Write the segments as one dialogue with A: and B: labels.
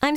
A: I'm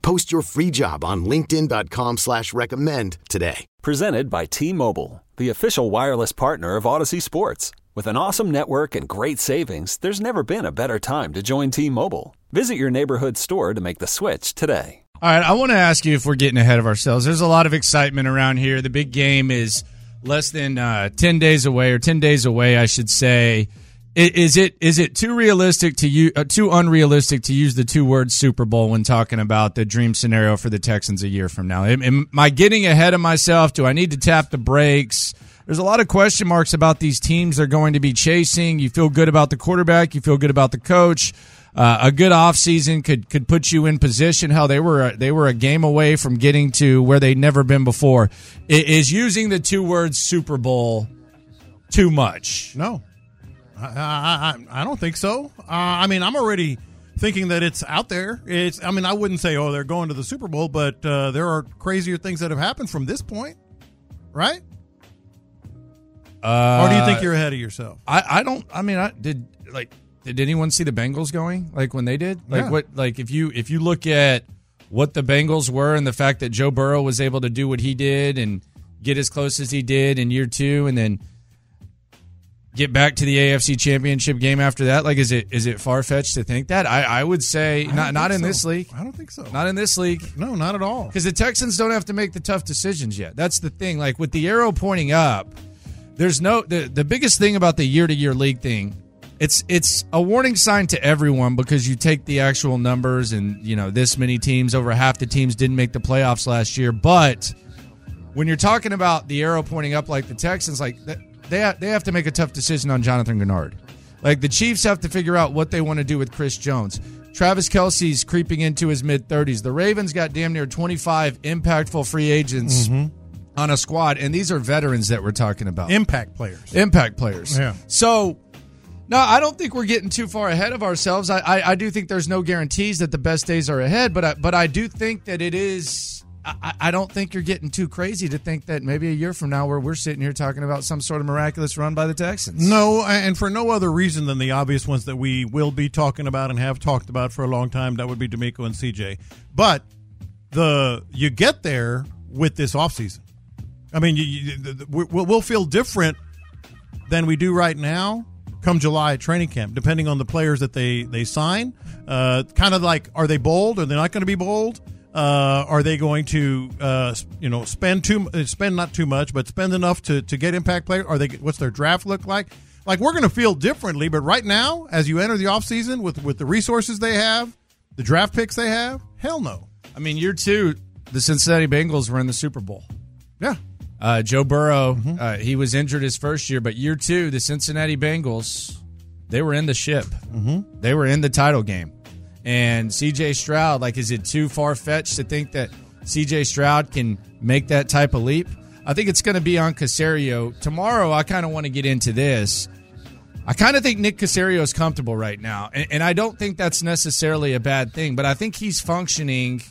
B: Post your free job on linkedin.com/recommend slash recommend today.
C: Presented by T Mobile, the official wireless partner of Odyssey Sports. With an awesome network and great savings, there's never been a better time to join T Mobile. Visit your neighborhood store to make the switch today.
D: All right, I want to ask you if we're getting ahead of ourselves. There's a lot of excitement around here. The big game is less than uh, ten days away, or ten days away, I should say. I- Is it is it too realistic to you uh, too unrealistic to use the two words Super Bowl when talking about the dream scenario for the Texans a year from now? Am, am I getting ahead of myself? Do I need to tap the brakes? There's a lot of question marks about these teams they're going to be chasing. You feel good about the quarterback. You feel good about the coach. Uh, a good offseason could could put you in position. How they were they were a game away from getting to where they'd never been before. I- Is using the two words Super Bowl too much?
E: No, I, I, I- I don't think so. Uh, I mean, I'm already thinking that it's out there. It's. I mean, I wouldn't say, oh, they're going to the Super Bowl, but uh, there are crazier things that have happened from this point, right?
D: Uh,
E: Or do you think you're ahead of yourself?
D: I, I don't. I mean, I did like. Did anyone see the Bengals going like when they did? Like
E: Yeah.
D: what? Like if you if you look at what the Bengals were and the fact that Joe Burrow was able to do what he did and get as close as he did in year two, and then get back to the AFC Championship game after that. Like, is it is it far fetched to think that? I I would say
E: I
D: not
E: don't
D: not
E: think
D: in
E: so.
D: this league,
E: I don't think so.
D: not in this league.
E: no, not at all.
D: Because the Texans don't have to make the tough decisions yet. That's the thing. Like with the arrow pointing up, there's no the, the biggest thing about the year to year league thing. It's it's a warning sign to everyone because you take the actual numbers and you know this many teams over half the teams didn't make the playoffs last year. But when you're talking about the arrow pointing up like the Texans, like th- they ha- they have to make a tough decision on Jonathan Gennard. Like the Chiefs have to figure out what they want to do with Chris Jones. Travis Kelsey's creeping into his mid 30s. The Ravens got damn near 25 impactful free agents on a squad, and these are veterans that we're talking about,
E: Impact players.
D: impact players.
E: Yeah.
D: So. No, I don't think we're getting too far ahead of ourselves. I, I, I do think there's no guarantees that the best days are ahead, but I, but I do think that it is. I, I- I don't think you're getting too crazy to think that maybe a year from now, where we're sitting here talking about some sort of miraculous run by the Texans.
E: No, and for no other reason than the obvious ones that we will be talking about and have talked about for a long time. That would be D'Amico and CJ. But the you get there with this offseason. I mean, you, you, the, the, we'll, we'll feel different than we do right now come July at training camp, depending on the players that they they sign. Uh, kind of like, are they bold? Are they not going to be bold? Uh, are they going to uh, s- you know spend too uh, spend not too much, but spend enough to to get impact players? Are they what's their draft look like? Like we're going to feel differently, but right now, as you enter the offseason with with the resources they have, the draft picks they have, hell no.
D: I mean, year two, the Cincinnati Bengals were in the Super Bowl.
E: Yeah,
D: Uh, Joe Burrow, uh, he was injured his first year, but year two, the Cincinnati Bengals, they were in the ship. Mm-hmm. They were in the title game. And CJ Stroud, like, is it too far fetched to think that CJ Stroud can make that type of leap? I think it's going to be on Casario. Tomorrow, I kind of want to get into this. I kind of think Nick Casario is comfortable right now, and, and I don't think that's necessarily a bad thing. But I think he's functioning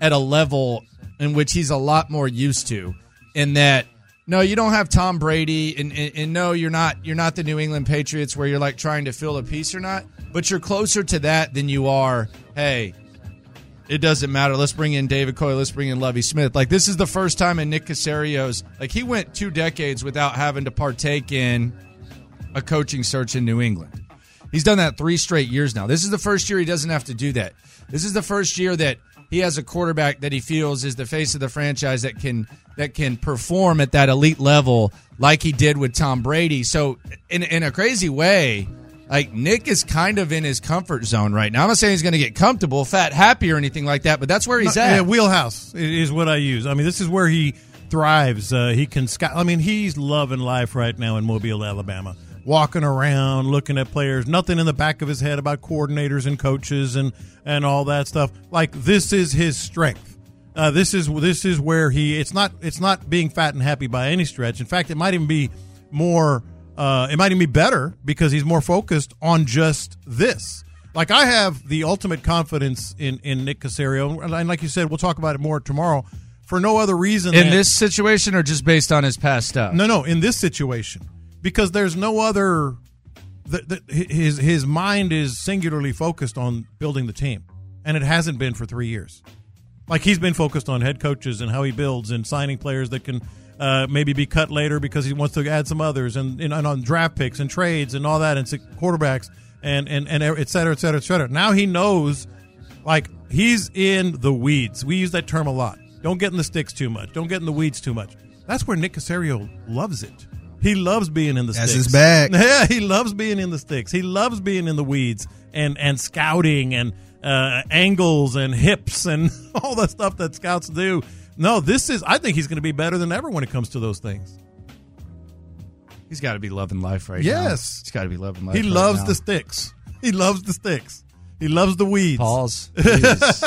D: at a level in which he's a lot more used to. In that, no, you don't have Tom Brady, and, and, and no, you're not you're not the New England Patriots where you're like trying to fill a piece or not. But you're closer to that than you are. Hey, it doesn't matter. Let's bring in David Coy. Let's bring in Levy Smith. Like this is the first time in Nick Casario's like he went two decades without having to partake in a coaching search in New England. He's done that three straight years now. This is the first year he doesn't have to do that. This is the first year that he has a quarterback that he feels is the face of the franchise that can that can perform at that elite level like he did with Tom Brady. So in in a crazy way, like Nick is kind of in his comfort zone right now. I'm not saying he's going to get comfortable, fat, happy, or anything like that, but that's where he's
E: No,
D: at.
E: yeah, wheelhouse i- is what I use. I mean, this is where he thrives. Uh, he can sky. I mean, he's loving life right now in Mobile, Alabama. Walking around, looking at players, nothing in the back of his head about coordinators and coaches and and all that stuff. Like this is his strength. Uh, Uh, this is this is where he. It's not it's not being fat and happy by any stretch. In fact, it might even be more. Uh, it might even be better because he's more focused on just this. Like I have the ultimate confidence in in Nick Casario, and like you said, we'll talk about it more tomorrow. For no other reason
D: in
E: than-
D: this situation or just based on his past stuff?
E: no, no, in this situation, because there's no other. The, the, his his mind is singularly focused on building the team, and it hasn't been for three years. Like he's been focused on head coaches and how he builds and signing players that can uh, maybe be cut later because he wants to add some others and, and and on draft picks and trades and all that and six- quarterbacks and and and e-, et cetera, et cetera, et cetera. Now he knows, like he's in the weeds. We use that term a lot. Don't get in the sticks too much. Don't get in the weeds too much. That's where Nick Casario loves it. He loves being in the
F: That's
E: sticks.
F: his bag.
E: Yeah, he loves being in the sticks. He loves being in the weeds and and scouting and uh, angles and hips and all the stuff that scouts do. No, this is. I think he's going to be better than ever when it comes to those things.
D: He's got to be loving life right now.
E: Yes.
D: he's got to be loving life.
E: He
D: right
E: loves
D: now.
E: the sticks. He loves the sticks. He loves the weeds.
D: Pause. Jesus.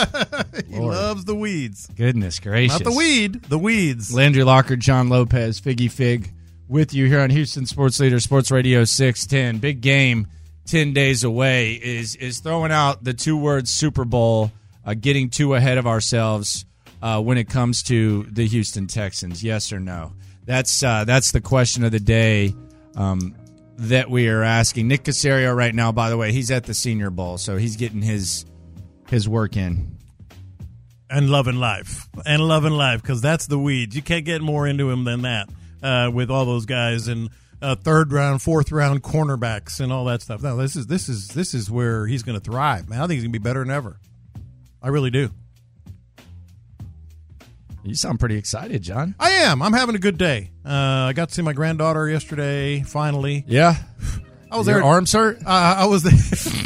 E: he
D: Lord.
E: loves the weeds.
D: Goodness gracious!
E: Not the weed, the weeds.
D: Landry Locker, John Lopez, Figgy Fig, with you here on Houston Sports Leader Sports Radio six ten. Big game, ten days away. Is is throwing out the two words Super Bowl, uh, getting too ahead of ourselves uh, when it comes to the Houston Texans. Yes or no? That's uh, that's the question of the day. Um, that we are asking Nick Casario right now. By the way, he's at the Senior Bowl, so he's getting his his work in.
E: and loving life and loving life because that's the weeds. You can't get more into him than that uh, with all those guys and uh, third round, fourth round cornerbacks and all that stuff. No, this is this is this is where he's going to thrive. Man, I think he's going to be better than ever. I really do.
D: You sound pretty excited, John.
E: I am. I'm having a good day. Uh, I got to see my granddaughter yesterday. Finally,
D: Yeah,
E: I was
D: your
E: there.
D: arms hurt.
E: uh, I was there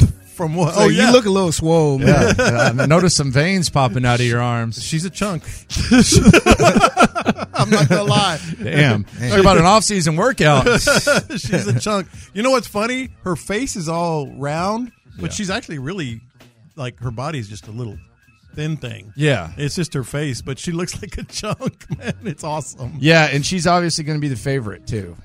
E: from what?
F: So
E: oh, yeah.
F: you look a little swole, man.
D: Yeah, I noticed some veins popping out of your arms.
E: She's a chunk. I'm not gonna lie.
D: Damn, talk about an off-season workout.
E: she's a chunk. You know what's funny? Her face is all round, but she's actually really like her body's just a little thin thing.
D: Yeah,
E: It's just her face, but she looks like a chunk, man. It's awesome.
D: yeah, and she's obviously going to be the favorite too.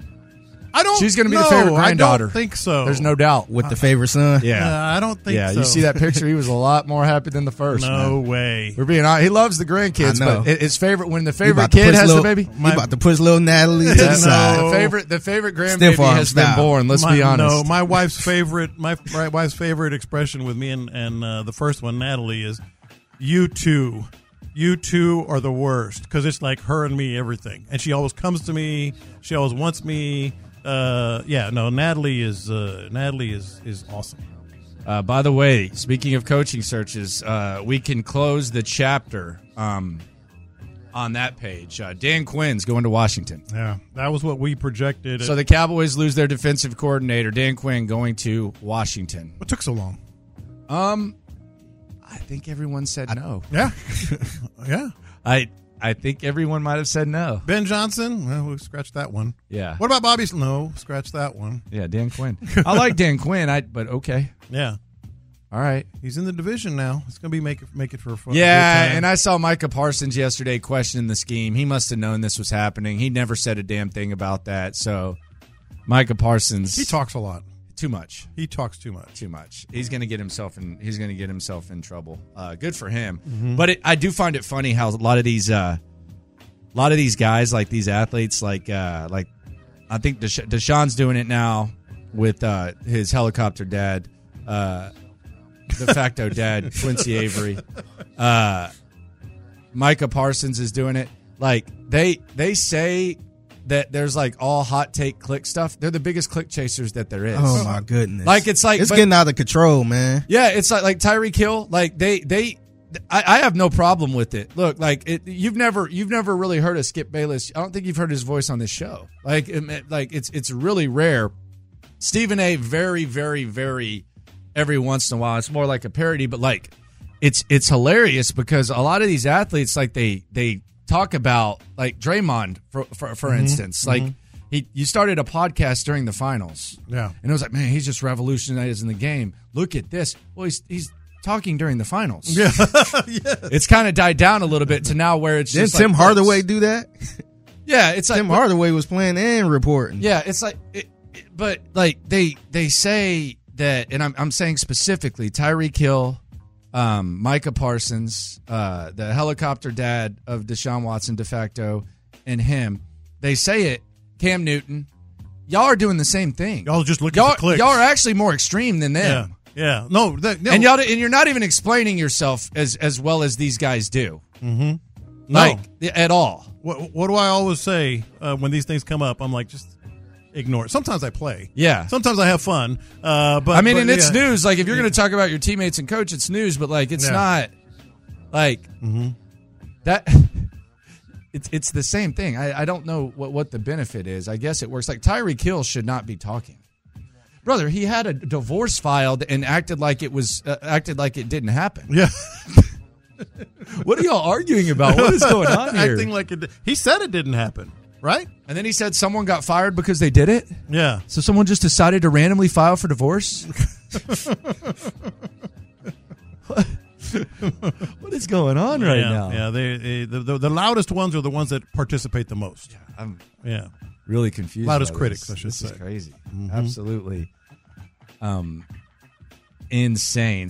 E: I don't.
D: She's going to be the
E: no,
D: favorite
E: I
D: granddaughter.
E: don't think so.
D: There's no doubt.
F: With the favorite son.
E: Uh,
D: Yeah,
E: I don't think.
D: yeah.
E: so.
D: You see that picture? He was a lot more happy than the first.
E: No
D: man.
E: way.
D: we're being honest. He loves the grandkids,
F: I know.
D: but it- his favorite when the
F: You
D: favorite
F: about to
D: kid
F: push
D: has
F: little,
D: the baby.
F: You about to push little Natalie to the
E: No.
F: side.
D: The favorite, the favorite grandbaby
F: Stiff arm
D: has been
F: style.
D: born. Let's
E: my,
D: be honest.
E: No, my wife's favorite, my, my wife's favorite expression with me and and uh, the first one, Natalie, is "you two, you two are the worst" because it's like her and me, everything. And she always comes to me. She always wants me. Uh, yeah, no, Natalie is uh, Natalie is is awesome.
D: Uh, by the way, speaking of coaching searches, uh, we can close the chapter um, on that page. Uh, Dan Quinn's going to Washington.
E: Yeah, that was what we projected.
D: So the Cowboys lose their defensive coordinator, Dan Quinn, going to Washington.
E: what took so long?
D: Um, I think everyone said no.
E: Yeah, yeah.
D: I I think everyone might have said no.
E: Ben Johnson, well, we scratched that one.
D: Yeah.
E: What about Bobby's? No, scratch that one.
D: Yeah, Dan Quinn. I like Dan Quinn. I but okay,
E: Yeah,
D: all right.
E: he's in the division now. It's gonna be make it make it for a fun.
D: Yeah,
E: I.
D: and I saw Micah Parsons yesterday questioning the scheme. He must have known this was happening. He never said a damn thing about that. So Micah Parsons
E: He talks a lot.
D: too much.
E: He talks too much.
D: Too much. He's gonna get himself in. He's gonna get himself in trouble. Uh, good for him. But it, I do find it funny how a lot of these, uh, a lot of these guys, like these athletes, like uh, like I think Desha- Deshaun's doing it now with uh, his helicopter dad, uh, de facto dad Quincy Avery. Uh, Micah Parsons is doing it. Like they they say that there's like all hot take click stuff. They're the biggest click chasers that there is.
F: Oh my goodness!
D: Like, it's like-
F: it's
D: but-
F: getting out of control, man.
D: Yeah, it's like like Tyreek Hill. Like they they, I, I have no problem with it. Look, like it, you've never you've never really heard of Skip Bayless. I don't think you've heard his voice on this show. Like it, like it's it's really rare. Stephen A. Very very very every once in a while. It's more like a parody, but like it's it's hilarious because a lot of these athletes like they they talk about like Draymond for for, for instance like. He, you started a podcast during the finals.
E: Yeah.
D: And it was like, man, he's just revolutionizing the game. Look at this. Well, he's he's talking during the finals. Yeah. It's kind of died down a little bit to now where it's
F: Didn't
D: just
F: Tim
D: like,
F: Hardaway do that?
D: Yeah, it's like
F: Tim Hardaway was playing and reporting.
D: Yeah, it's like, it, it- but like they they say that, and I'm I'm saying specifically Tyreek Hill, um, Micah Parsons, uh, the helicopter dad of Deshaun Watson de facto, and him. They say it. Cam Newton, y'all are doing the same thing.
E: Y'all just looking
D: y'all
E: for clicks.
D: y'all are actually more extreme than
E: yeah,
D: them.
E: yeah. No, that, no,
D: And y'all and you're not even explaining yourself as as well as these guys do,
E: no.
D: like at all.
E: what, what do I always say uh, when these things come up? I'm like, just ignore it. Sometimes I play.
D: Yeah.
E: Sometimes I have fun. Uh, but
D: I mean,
E: but,
D: and it's
E: yeah.
D: news. Like, if you're going to talk about your teammates and coach, it's news. But like, it's
E: Yeah.
D: not like that. It's it's the same thing. I, I don't know what what the benefit is. I guess it works. Like Tyree Kill should not be talking, brother. He had a divorce filed and acted like it was uh, acted like it didn't happen.
E: Yeah,
D: What are y'all arguing about? What is going on here?
E: acting like it. di- He said it didn't happen, right?
D: and then he said someone got fired because they did it.
E: Yeah.
D: So someone just decided to randomly file for divorce? what is going on right
E: yeah,
D: now?
E: Yeah, they, they the, the, the loudest ones are the ones that participate the most. Yeah,
D: I'm
E: yeah.
D: really confused.
E: Loudest
D: by
E: critics,
D: this.
E: I should
D: This
E: say.
D: is crazy.
F: Mm-hmm.
D: Absolutely. Um insane.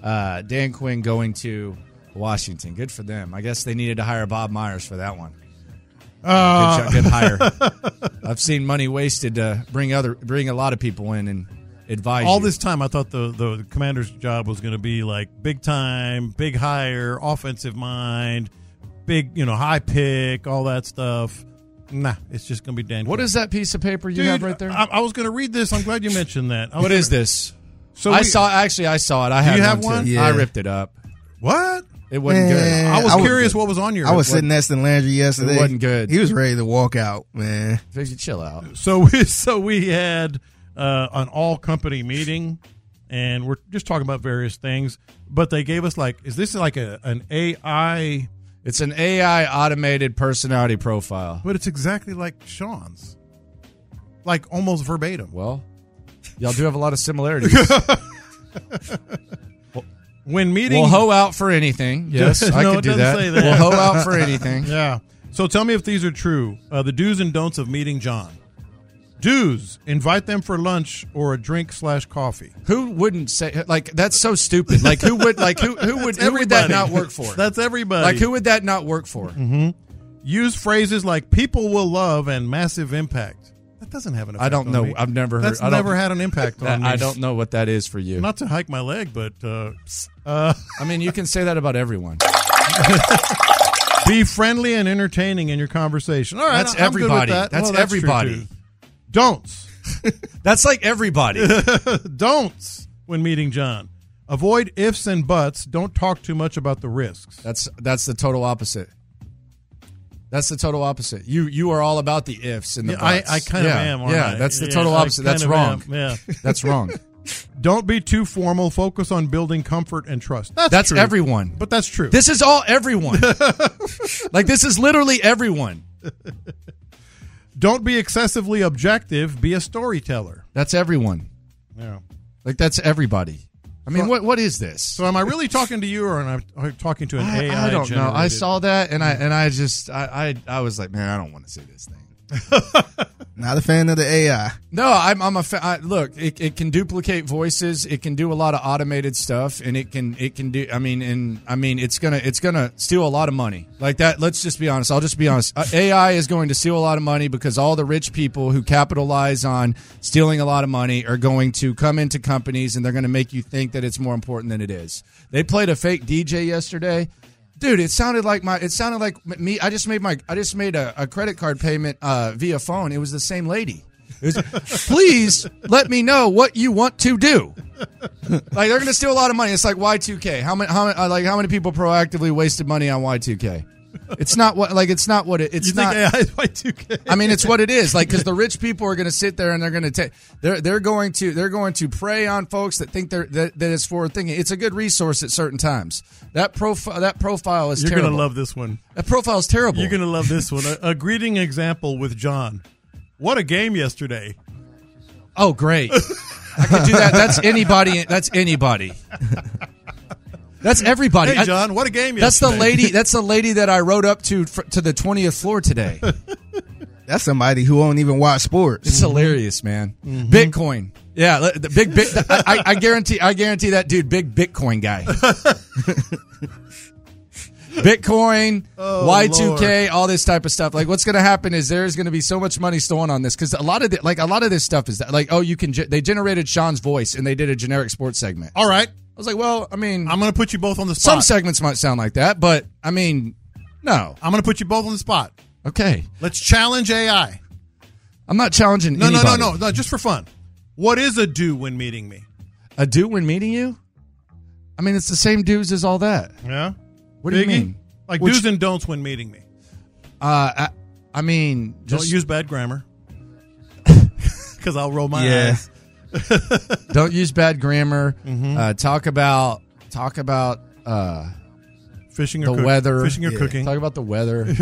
D: Uh, Dan Quinn going to Washington. Good for them. I guess they needed to hire Bob Myers for that one. good,
E: Uh,
D: jo- good hire. I've seen money wasted to bring other bring a lot of people in and advise
E: all
D: you.
E: this time, I thought the the commander's job was going to be like big time, big hire, offensive mind, big you know high pick, all that stuff. Nah, it's just going to be Dan.
D: What
E: Quinn.
D: is that piece of paper you
E: Dude,
D: have right there?
E: I, I was going to read this. I'm glad you mentioned that.
D: what is this?
E: So
D: I
E: we-
D: saw. Actually, I saw it. I
E: Do
D: had
E: you have
D: one. too.
F: one?
D: I
F: Yeah.
D: ripped it up.
E: What?
D: It wasn't
F: Man,
E: I was
F: I was-
E: curious what was on your.
F: I was sitting next to Landry yesterday.
D: wasn't good.
F: He was ready to walk out, man.
D: good. Fix it, Chill out.
E: So we so we had uh, an all company meeting, and we're just talking about various things. But they gave us like, is this like a an AI?
D: It's an AI automated personality profile.
E: But it's exactly like Sean's, like almost verbatim.
D: Well, y'all do have a lot of similarities.
E: When meeting,
D: we'll hoe out for anything. Yes, I
E: No,
D: could
E: it
D: do
E: doesn't
D: that.
E: say that.
D: We'll hoe out for anything.
E: yeah. So tell me if these are true. Uh, the do's and don'ts of meeting John. Do's: invite them for lunch or a drink slash coffee.
D: Who wouldn't say like that's so stupid? Like who would like who who would who would that
E: Everybody.
D: not work for?
E: That's everybody. Mm-hmm.
D: Like, who would that not work for?
E: Use phrases like "people will love" and "massive impact." That doesn't have an. Effect
D: I don't
E: on
D: know.
E: me.
D: I've never heard.
E: That's
D: I don't-
E: never had an impact on me.
D: I don't know what that is for you.
E: Not to hike my leg, but uh,
D: I mean, you can say that about everyone.
E: be friendly and entertaining in your conversation. All right,
D: That's
E: I'm good with
D: everybody.
E: that.
D: That's
E: Well, true,
D: everybody.
E: too. Don'ts.
D: that's like everybody.
E: Don'ts when meeting John. Avoid ifs and buts. Don't talk too much about the risks.
D: That's that's the total opposite. That's the total opposite. You you are all about the ifs and the
E: Yeah, I,
D: buts.
E: I kind of
D: Yeah,
E: am. aren't
D: yeah,
E: I?
D: that's the
E: Yeah,
D: total
E: I
D: opposite. That's
E: kind of
D: wrong.
E: am. Yeah,
D: that's wrong.
E: Don't be too formal. Focus on building comfort and trust. That's,
D: That's
E: true.
D: everyone.
E: But that's true.
D: This is all everyone. like this is literally everyone.
E: Don't be excessively objective. Be a storyteller.
D: That's everyone.
E: Yeah.
D: Like that's everybody. I mean, what what is this?
E: So am I really talking to you, or am I talking to an
D: I,
E: AI?
D: I don't know. I
E: generated-
D: saw that and I and I just I I, I was like, man, I don't want to say this thing.
F: Not a fan of the AI.
D: No, I'm I'm a fa- I, look. It, it can duplicate voices. It can do a lot of automated stuff, and it can it can do. I mean, and I mean, it's gonna it's gonna steal a lot of money like that. Let's just be honest. I'll just be honest. Uh, AI is going to steal a lot of money because all the rich people who capitalize on stealing a lot of money are going to come into companies and they're going to make you think that it's more important than it is. They played a fake DJ yesterday dude it sounded like my it sounded like m- me i just made my i just made a, a credit card payment uh, via phone it was the same lady it was, please let me know what you want to do like they're gonna steal a lot of money it's like y2k how many how many uh, like how many people proactively wasted money on y2k it's not what like it's not what it, it's
E: You
D: not
E: think AI is by 2K?
D: I mean, it's what it is. Like, because the rich people are going to sit there and they're going to take they're they're going to they're going to prey on folks that think they're that, that it's forward thinking. It's a good resource at certain times. That profile that profile is
E: You're
D: terrible.
E: gonna love this one.
D: that profile is terrible.
E: You're gonna love this one. A, a greeting example with John. What a game yesterday!
D: oh, great! I could do that. That's anybody. That's anybody. That's everybody.
E: Hey,
D: I-
E: John, what a game
D: that's the
E: yesterday!
D: lady. That's the lady that I rode up to fr- to the twentieth floor today.
F: That's somebody who won't even watch sports.
D: It's
E: Mm-hmm.
D: hilarious, man. Bitcoin. Yeah, li- the big bit. I, I- I guarantee. I guarantee that dude, big Bitcoin guy. Bitcoin,
E: Oh,
D: Y two K, all this type of stuff. Like, what's going to happen is there is going to be so much money stolen on this because a lot of the, like a lot of this stuff is that like oh you can ge- they generated Sean's voice and they did a generic sports segment. I
E: All right,
D: was like, well, I mean,
E: I'm gonna put you both on the
D: some
E: spot.
D: segments might sound like that, but I mean, no,
E: I'm gonna put you both on the spot.
D: okay,
E: Let's challenge AI.
D: I'm not challenging.
E: No, no, no,
D: anybody.
E: no, no. Just for fun. What is a do when meeting me?
D: A dude when meeting you, I mean, it's the same dudes as all that.
E: Yeah.
D: What do you
E: Biggie?
D: mean?
E: Like
D: Which-
E: do's and don'ts when meeting me.
D: Uh, I, I mean, just
E: Don't use bad grammar. Because I'll roll my
F: Yeah.
E: eyes.
D: don't use bad grammar.
E: Mm-hmm.
D: Uh, talk about talk about uh,
E: Fishing or
D: the
E: cook-
D: weather.
E: Fishing or
D: Yeah.
E: cooking.
D: Talk about the weather.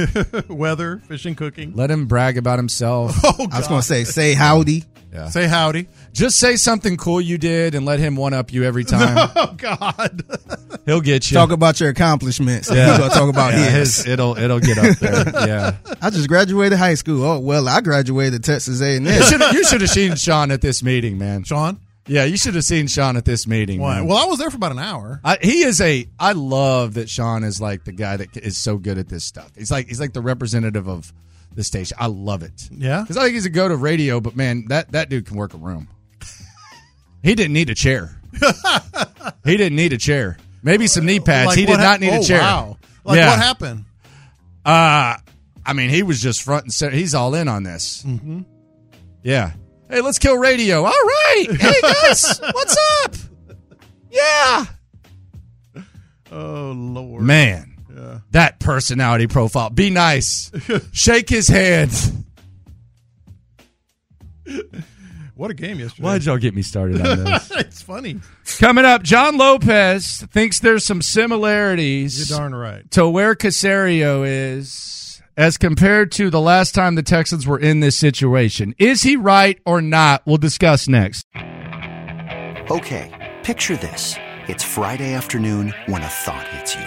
E: weather, fishing, cooking.
D: Let him brag about himself.
E: Oh,
F: I was gonna say, say howdy.
D: Yeah.
E: Say howdy.
D: Just say something cool you did and let him one up you every time.
E: Oh, God.
D: He'll get you.
F: Talk about your accomplishments. Yeah. We're gonna talk about
D: Yeah,
F: his.
D: his- it'll it'll get up there. Yeah.
F: I just graduated high school. Oh well, I graduated Texas A and
D: You
F: M.
D: should you should have seen Sean at this meeting, man.
E: Sean?
D: Yeah, you should have seen Sean at this meeting.
E: Why?
D: man.
E: Well, I was there for about an hour.
D: I, he is a. I love that Sean is like the guy that is so good at this stuff. He's like he's like the representative of the station. I love it
E: Yeah.
D: because I think he's a go to radio. But man, that that dude can work a room. He didn't need a chair. he didn't need a chair. Maybe some knee pads.
E: Like,
D: he
E: what
D: did not
E: hap-
D: need
E: oh,
D: a chair.
E: Wow. Like
D: Yeah.
E: what happened?
D: Uh, I mean, he was just front and center. He's all in on this. Mm-hmm. Yeah. Hey, let's kill radio. All right. Hey guys, what's up? Yeah.
E: Oh Lord.
D: Man, that personality profile. Be nice. Shake his hand.
E: What a game yesterday.
D: y'all get me started on this?
E: it's funny.
D: Coming up, John Lopez thinks there's some
E: You're
D: similarities
E: darn right.
D: to where Casario is as compared to the last time the Texans were in this situation. Is he right or not? We'll discuss next.
G: Okay, picture this. It's Friday afternoon when a thought hits you.